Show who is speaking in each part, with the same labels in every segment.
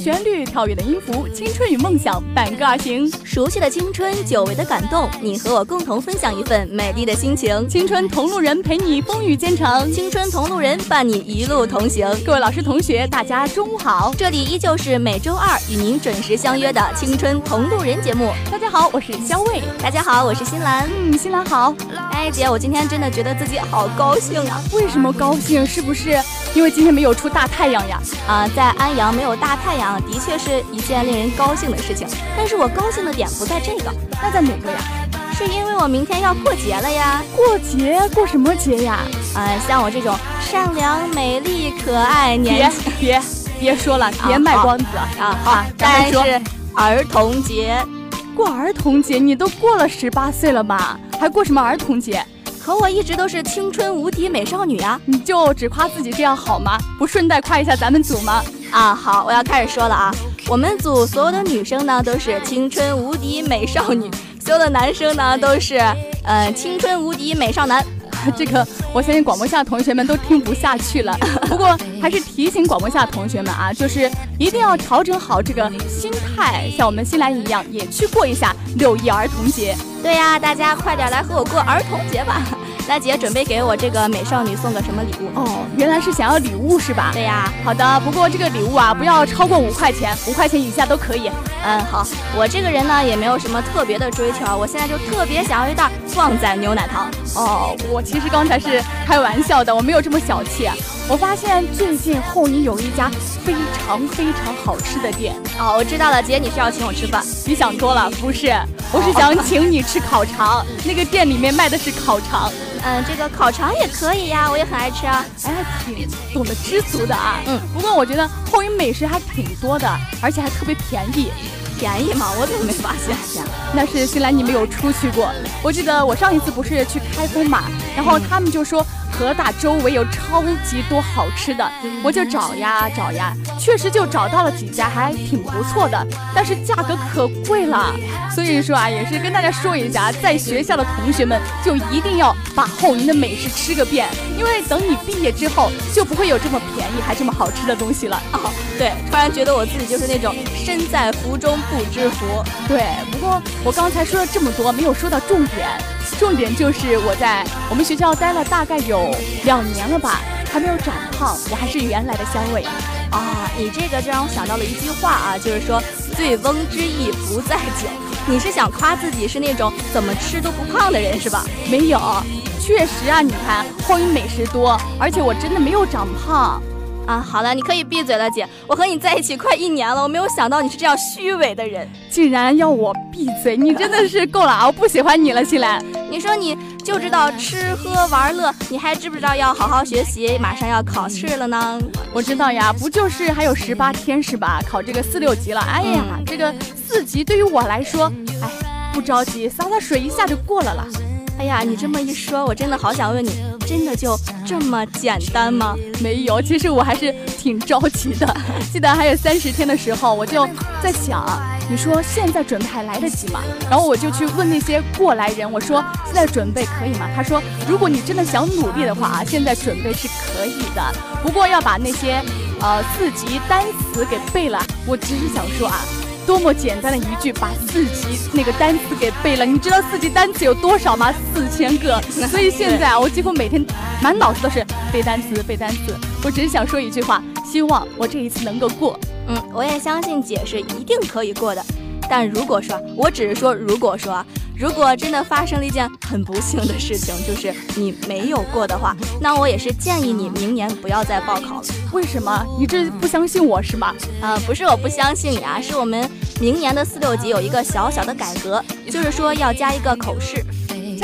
Speaker 1: 旋律，跳跃的音符，青春与梦想伴歌而行。
Speaker 2: 熟悉的青春，久违的感动，你和我共同分享一份美丽的心情。
Speaker 1: 青春同路人陪你风雨兼程，
Speaker 2: 青春同路人伴你一路同行。
Speaker 1: 各位老师、同学，大家中午好！
Speaker 2: 这里依旧是每周二与您准时相约的《青春同路人》节目。
Speaker 1: 大家好，我是肖卫。
Speaker 2: 大家好，我是新兰。
Speaker 1: 嗯，新兰好。
Speaker 2: 哎，姐，我今天真的觉得自己好高兴啊！
Speaker 1: 为什么高兴？是不是因为今天没有出大太阳呀？
Speaker 2: 啊、呃，在安阳没有大太阳，的确是一件令人高兴的事情。但是我高兴的点不在这个，
Speaker 1: 那在哪个呀？
Speaker 2: 是因为我明天要过节了呀！
Speaker 1: 过节过什么节呀？
Speaker 2: 啊、呃，像我这种善良、美丽、可爱、年
Speaker 1: 轻，别别说了，别卖关子啊
Speaker 2: 啊！啊但是儿童节，
Speaker 1: 过儿童节，你都过了十八岁了吧？还过什么儿童节？
Speaker 2: 可我一直都是青春无敌美少女啊！
Speaker 1: 你就只夸自己这样好吗？不顺带夸一下咱们组吗？
Speaker 2: 啊，好，我要开始说了啊！我们组所有的女生呢，都是青春无敌美少女。所有的男生呢都是，呃，青春无敌美少男。
Speaker 1: 这个我相信广播下同学们都听不下去了。不过还是提醒广播下同学们啊，就是一定要调整好这个心态，像我们新来一样，也去过一下六一儿童节。
Speaker 2: 对呀、啊，大家快点来和我过儿童节吧。 那姐准备给我这个美少女送个什么礼物？
Speaker 1: 哦，原来是想要礼物是吧？
Speaker 2: 对呀、啊。
Speaker 1: 好的，不过这个礼物啊，不要超过五块钱，五块钱以下都可以。
Speaker 2: 嗯，好，我这个人呢也没有什么特别的追求，啊我现在就特别想要一袋旺仔牛奶糖。
Speaker 1: 哦，我其实刚才是开玩笑的，我没有这么小气、啊。我发现最近后营有一家非常非常好吃的店。
Speaker 2: 哦，我知道了，姐，你是要请我吃饭？哦
Speaker 1: 你想多了，不是，我是想请你吃烤肠，哦、那个店里面卖的是烤肠。
Speaker 2: 嗯，这个烤肠也可以呀，我也很爱吃啊。
Speaker 1: 哎，还挺懂得知足的啊。
Speaker 2: 嗯，
Speaker 1: 不过我觉得后营美食还挺多的，而且还特别便宜。
Speaker 2: 便宜吗？我怎么没发现呀？
Speaker 1: 那是新来你没有出去过。我记得我上一次不是去开封嘛，然后他们就说河大周围有超级多好吃的，
Speaker 2: 嗯
Speaker 1: 我就找呀找呀，确实就找到了几家，还挺不错的，但是价格可贵了。所以说啊，也是跟大家说一下，在学校的同学们就一定要把后营的美食吃个遍，因为等你毕业之后就不会有这么便宜还这么好吃的东西了。啊
Speaker 2: 哦，对，突然觉得我自己就是那种身在福中。不知福，
Speaker 1: 对。不过我刚才说了这么多，没有说到重点。重点就是我在我们学校待了大概有两年了吧，还没有长胖，我还是原来的香味。
Speaker 2: 啊，你这个就让我想到了一句话啊，就是说醉翁之意不在酒。你是想夸自己是那种怎么吃都不胖的人是吧？
Speaker 1: 没有，确实啊，你看后营美食多，而且我真的没有长胖。
Speaker 2: 啊，好了，你可以闭嘴了，姐。我和你在一起快一年了，我没有想到你是这样虚伪的人，
Speaker 1: 竟然要我闭嘴，你真的是够了啊！我不喜欢你了，新兰。
Speaker 2: 你说你就知道吃喝玩乐，你还知不知道要好好学习？马上要考试了呢。
Speaker 1: 我知道呀，不就是还有十八天是吧？考这个四六级了。哎呀，嗯、这个四级对于我来说，哎，不着急，洒洒水一下就过了啦。
Speaker 2: 哎呀，你这么一说，我真的好想问你。真的就这么简单吗？
Speaker 1: 没有，其实我还是挺着急的。 记得还有三十天的时候，我就在想，你说现在准备还来得及吗？然后我就去问那些过来人，我说现在准备可以吗？他说，如果你真的想努力的话啊，现在准备是可以的，不过要把那些呃四级单词给背了。我只是想说啊。多么简单的一句，把四级那个单词给背了。你知道四级单词有多少吗？四千个。所以现在啊，我几乎每天满脑子都是背单词，背单词。我只是想说一句话，希望我这一次能够过。
Speaker 2: 嗯，我也相信姐是一定可以过的。但如果说，我只是说，如果说，如果真的发生了一件很不幸的事情，就是你没有过的话，那我也是建议你明年不要再报考了。
Speaker 1: 为什么？你这不相信我是吗？
Speaker 2: 呃，不是我不相信你啊，是我们明年的四六级有一个小小的改革，就是说要加一个口试。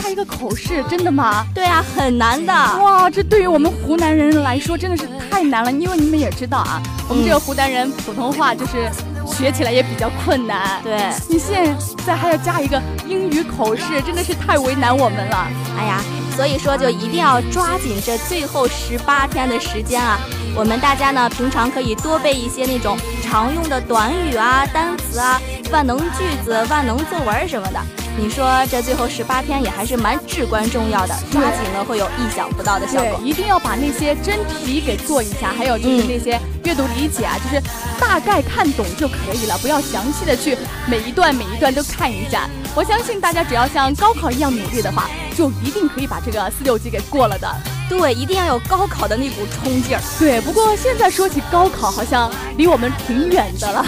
Speaker 1: 加一个口试，真的吗？
Speaker 2: 对啊，很难的。
Speaker 1: 哇，这对于我们湖南人来说真的是太难了，因为你们也知道啊，我们这个湖南人普通话就是学起来也比较困难。
Speaker 2: 对，
Speaker 1: 你现在还要加一个英语口试，真的是太为难我们了。
Speaker 2: 哎呀，所以说就一定要抓紧这最后十八天的时间啊。我们大家呢，平常可以多背一些那种常用的短语啊、单词啊、万能句子、万能作文什么的。你说这最后十八天也还是蛮至关重要的，抓紧了会有意想不到的效果。
Speaker 1: 一定要把那些真题给做一下，还有就是那些阅读理解啊，就是大概看懂就可以了，不要详细的去每一段每一段都看一下。我相信大家只要像高考一样努力的话，就一定可以把这个四六级给过了的。
Speaker 2: 对，一定要有高考的那股冲劲儿。
Speaker 1: 对，不过现在说起高考，好像离我们挺远的了。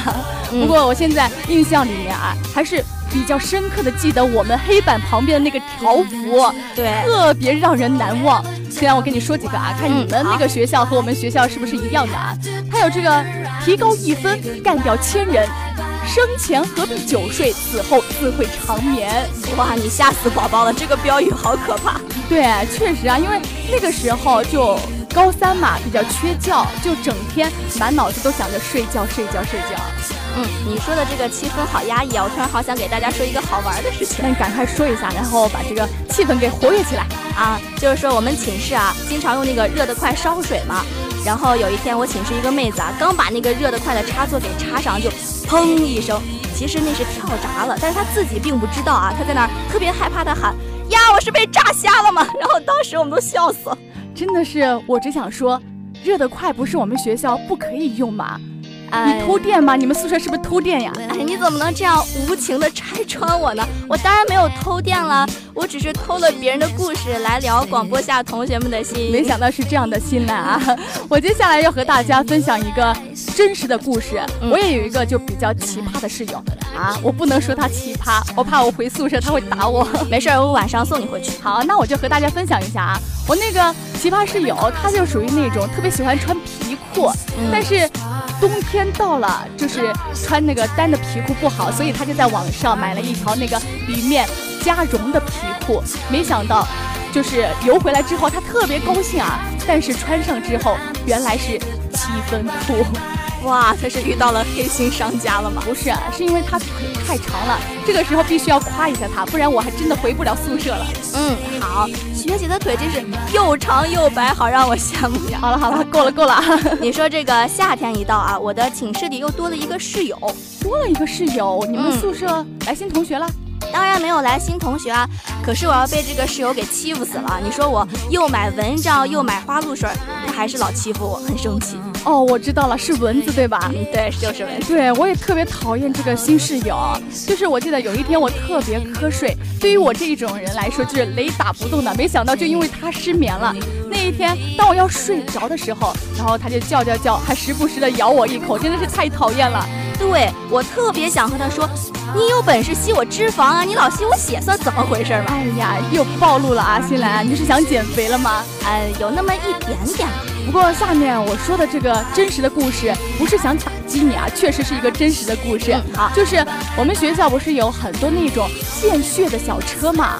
Speaker 2: 嗯
Speaker 1: 不过我现在印象里面啊，还是比较深刻的记得我们黑板旁边的那个条幅，
Speaker 2: 嗯对
Speaker 1: 特别让人难忘。先让我跟你说几个啊，看你们
Speaker 2: 嗯好
Speaker 1: 那个学校和我们学校是不是一样的啊？它有这个提高一分，干掉千人。生前何必久睡，死后自会长眠。
Speaker 2: 哇，你吓死宝宝了！这个标语好可怕。
Speaker 1: 对，确实啊，因为那个时候就高三嘛，比较缺觉，就整天满脑子都想着睡觉、睡觉、睡觉。
Speaker 2: 嗯，你说的这个气氛好压抑啊！我突然好想给大家说一个好玩的事情
Speaker 1: 那你赶快说一下，然后把这个气氛给活跃起来。
Speaker 2: 啊，就是说我们寝室啊，经常用那个热得快烧水嘛。然后有一天我寝室一个妹子啊，刚把那个热得快的插座给插上，就砰一声，其实那是跳闸了，但是她自己并不知道啊，她在那儿特别害怕的喊呀，我是被炸瞎了吗？然后当时我们都笑死了。
Speaker 1: 真的是，我只想说，热得快不是我们学校不可以用吗？
Speaker 2: 哎
Speaker 1: 你偷电吗？你们宿舍是不是偷电呀？
Speaker 2: 哎，你怎么能这样无情的拆穿我呢？我当然没有偷电了，我只是偷了别人的故事来聊广播下同学们的心。
Speaker 1: 没想到是这样的新兰啊！ 我接下来要和大家分享一个真实的故事。
Speaker 2: 嗯
Speaker 1: 我也有一个就比较奇葩的室友啊，我不能说他奇葩，我怕我回宿舍他会打我。
Speaker 2: 没事儿，我晚上送你回去。
Speaker 1: 好，那我就和大家分享一下啊，我那个奇葩室友，他就属于那种特别喜欢穿皮裤，
Speaker 2: 嗯
Speaker 1: 但是冬天到了，就是穿那个单的皮裤不好，所以他就在网上买了一条那个里面加绒的皮裤，没想到。就是邮回来之后，他特别高兴啊，但是穿上之后，原来是七分裤。
Speaker 2: 哇，他是遇到了黑心商家了吗？
Speaker 1: 不是，是因为他腿太长了。这个时候必须要夸一下他，不然我还真的回不了宿舍了。
Speaker 2: 嗯，好，学姐的腿真是又长又白，好让我羡慕呀。
Speaker 1: 好了好了，够了够了啊。
Speaker 2: 你说这个夏天一到啊，我的寝室里又多了一个室友，
Speaker 1: 多了一个室友，你们
Speaker 2: 嗯
Speaker 1: 宿舍来新同学了？
Speaker 2: 当然没有来新同学啊，可是我要被这个室友给欺负死了。你说我又买蚊帐又买花露水，他还是老欺负我，很生气。
Speaker 1: 哦，我知道了，是蚊子对吧？
Speaker 2: 嗯，对，就是蚊子。
Speaker 1: 对，我也特别讨厌这个新室友。就是我记得有一天我特别瞌睡，对于我这种人来说就是雷打不动的。没想到就因为他失眠了，那一天当我要睡着的时候，然后他就叫叫叫，还时不时的咬我一口，真的是太讨厌了。
Speaker 2: 对我特别想和他说，你有本事吸我脂肪啊，你老吸我血算怎么回事嘛？
Speaker 1: 哎呀，又暴露了啊，新兰，你是想减肥了吗？
Speaker 2: 呃，有那么一点点吧。
Speaker 1: 不过下面我说的这个真实的故事，不是想打击你啊，确实是一个真实的故事。
Speaker 2: 嗯好
Speaker 1: 就是我们学校不是有很多那种献血的小车嘛？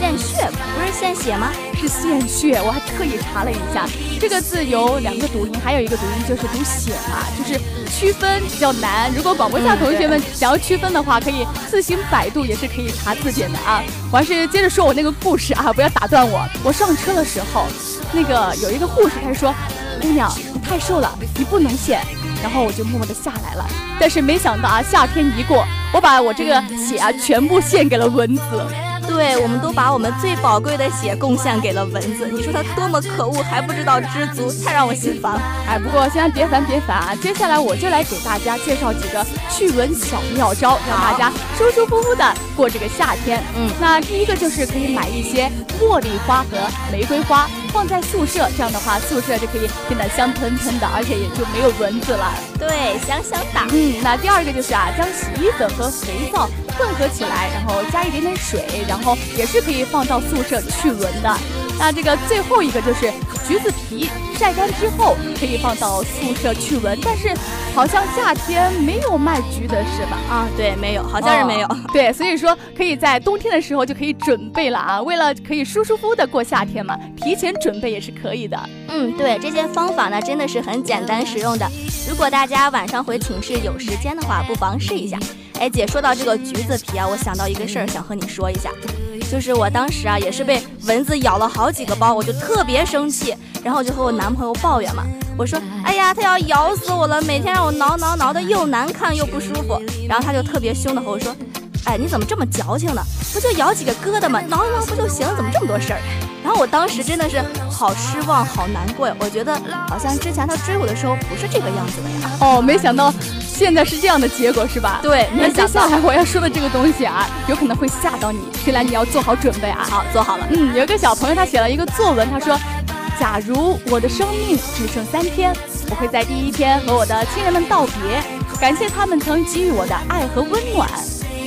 Speaker 2: 献血不是献血吗？
Speaker 1: 是献血，我还特意查了一下，这个字有两个读音，还有一个读音就是读血嘛，就是区分比较难。如果广播下同学们想要区分的话，可以自行百度，也是可以查字典的啊。我还是接着说我那个故事啊，不要打断我。我上车的时候，那个有一个护士，她说：“姑娘，你太瘦了，你不能献。”然后我就默默的下来了，但是没想到啊，夏天一过，我把我这个血啊全部献给了蚊子。
Speaker 2: 对，我们都把我们最宝贵的血贡献给了蚊子。你说它多么可恶，还不知道知足，太让我心烦了。
Speaker 1: 哎，不过现在别烦别烦啊，接下来我就来给大家介绍几个去蚊小妙招，让大家舒舒服服的过这个夏天。
Speaker 2: 嗯
Speaker 1: 那第一个就是可以买一些茉莉花和玫瑰花放在宿舍，这样的话宿舍就可以变得香喷喷的，而且也就没有蚊子了。
Speaker 2: 对，香香哒。
Speaker 1: 嗯，那第二个就是啊，将洗衣粉和肥皂混合起来，然后加一点点水，然后也是可以放到宿舍去闻的。那这个最后一个就是橘子皮晒干之后可以放到宿舍去闻，但是好像夏天没有卖橘的是吧？
Speaker 2: 啊，对，没有，好像是没有。
Speaker 1: 哦对，所以说可以在冬天的时候就可以准备了啊，为了可以舒舒服服的过夏天嘛，提前准备也是可以的。
Speaker 2: 嗯，对，这些方法呢真的是很简单实用的。如果大家晚上回寝室有时间的话，不妨试一下。哎，姐，说到这个橘子皮啊，我想到一个事儿，想和你说一下，就是我当时啊也是被蚊子咬了好几个包，我就特别生气，然后我就和我男朋友抱怨嘛，我说，哎呀，它要咬死我了，每天让我挠挠挠的，又难看又不舒服。然后他就特别凶的和我说，哎，你怎么这么矫情呢？不就咬几个疙瘩吗？挠一挠不就行？怎么这么多事儿？然后我当时真的是好失望，好难过。我觉得好像之前他追我的时候不是这个样子的呀。
Speaker 1: 哦，没想到现在是这样的结果是吧？
Speaker 2: 对，
Speaker 1: 那
Speaker 2: 没
Speaker 1: 接
Speaker 2: 想
Speaker 1: 下
Speaker 2: 到。
Speaker 1: 来我要说的这个东西啊，有可能会吓到你，虽然你要做好准备啊。
Speaker 2: 好，做好了。
Speaker 1: 嗯，有一个小朋友他写了一个作文，他说：“假如我的生命只剩三天，我会在第一天和我的亲人们道别，感谢他们曾给予我的爱和温暖。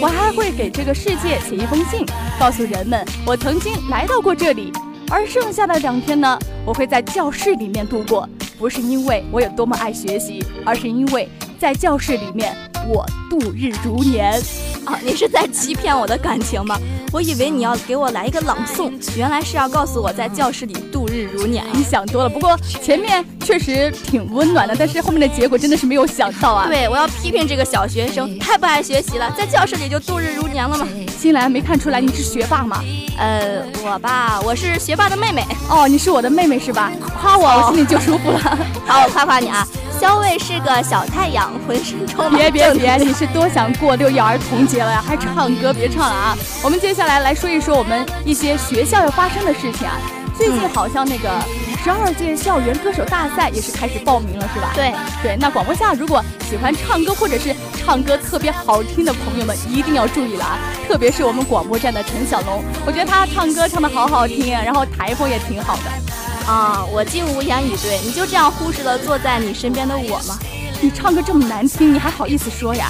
Speaker 1: 我还会给这个世界写一封信，告诉人们我曾经来到过这里。而剩下的两天呢，我会在教室里面度过，不是因为我有多么爱学习，而是因为在教室里面我度日如年。”
Speaker 2: 啊，你是在欺骗我的感情吗？我以为你要给我来一个朗诵，原来是要告诉我在教室里度日如年。啊
Speaker 1: 你想多了，不过前面确实挺温暖的，但是后面的结果真的是没有想到啊。，
Speaker 2: 对，我要批评这个小学生太不爱学习了，在教室里就度日如年了嘛。
Speaker 1: 新来没看出来你是学霸吗？
Speaker 2: 呃，我吧，我是学霸的妹妹。
Speaker 1: 哦，你是我的妹妹是吧？夸我，
Speaker 2: 哦
Speaker 1: 我心里就舒服 了。
Speaker 2: 好，我夸夸你啊，肖卫是个小太阳，浑身充满
Speaker 1: 别别
Speaker 2: 正能
Speaker 1: 别，
Speaker 2: 量
Speaker 1: 你是多想过六一儿童节了呀？还唱歌别唱了啊！我们接下来来说一说我们一些学校要发生的事情啊。最
Speaker 2: 嗯
Speaker 1: 近好像那个十二届校园歌手大赛也是开始报名了，是吧？
Speaker 2: 对，
Speaker 1: 对，那广播下如果喜欢唱歌或者是唱歌特别好听的朋友们，一定要注意了啊！特别是我们广播站的陈小龙，我觉得他唱歌唱的好好听，然后台风也挺好的。
Speaker 2: 啊，我竟无言以对，你就这样忽视了坐在你身边的我吗？
Speaker 1: 你唱歌这么难听，你还好意思说呀？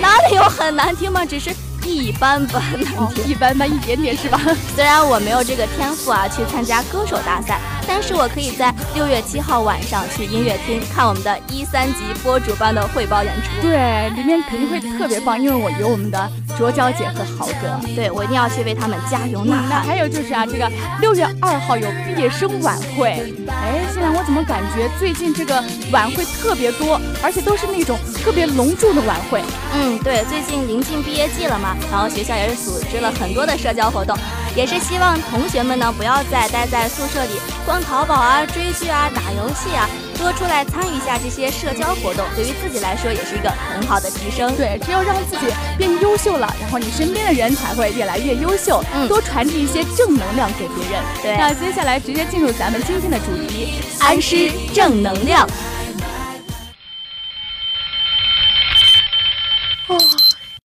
Speaker 2: 哪里有很难听吗？只是一般般难听。
Speaker 1: 哦，一般般，一点点是吧？
Speaker 2: 虽然我没有这个天赋啊，去参加歌手大赛，但是我可以在六月七号晚上去音乐厅看我们的一三级播主办的汇报演出。
Speaker 1: 对，里面肯定会特别棒，因为我有我们的卓娇姐和豪哥。
Speaker 2: 对，我一定要去为他们加油呐
Speaker 1: 嗯那
Speaker 2: 喊。
Speaker 1: 还有就是啊，这个六月二号有毕业生晚会。哎，现在我怎么感觉最近这个晚会特别多，而且都是那种特别隆重的晚会。
Speaker 2: 嗯，对，最近临近毕业季了嘛，然后学校也是组织了很多的社交活动，也是希望同学们呢不要再待在宿舍里逛淘宝啊、追剧啊、打游戏啊，多出来参与一下这些社交活动，对于自己来说也是一个很好的提升。
Speaker 1: 对，只有让自己变优秀了，然后你身边的人才会越来越优秀，
Speaker 2: 嗯
Speaker 1: 多传递一些正能量给别人。
Speaker 2: 对
Speaker 1: 那接下来直接进入咱们今天的主题，
Speaker 2: 安师正能量。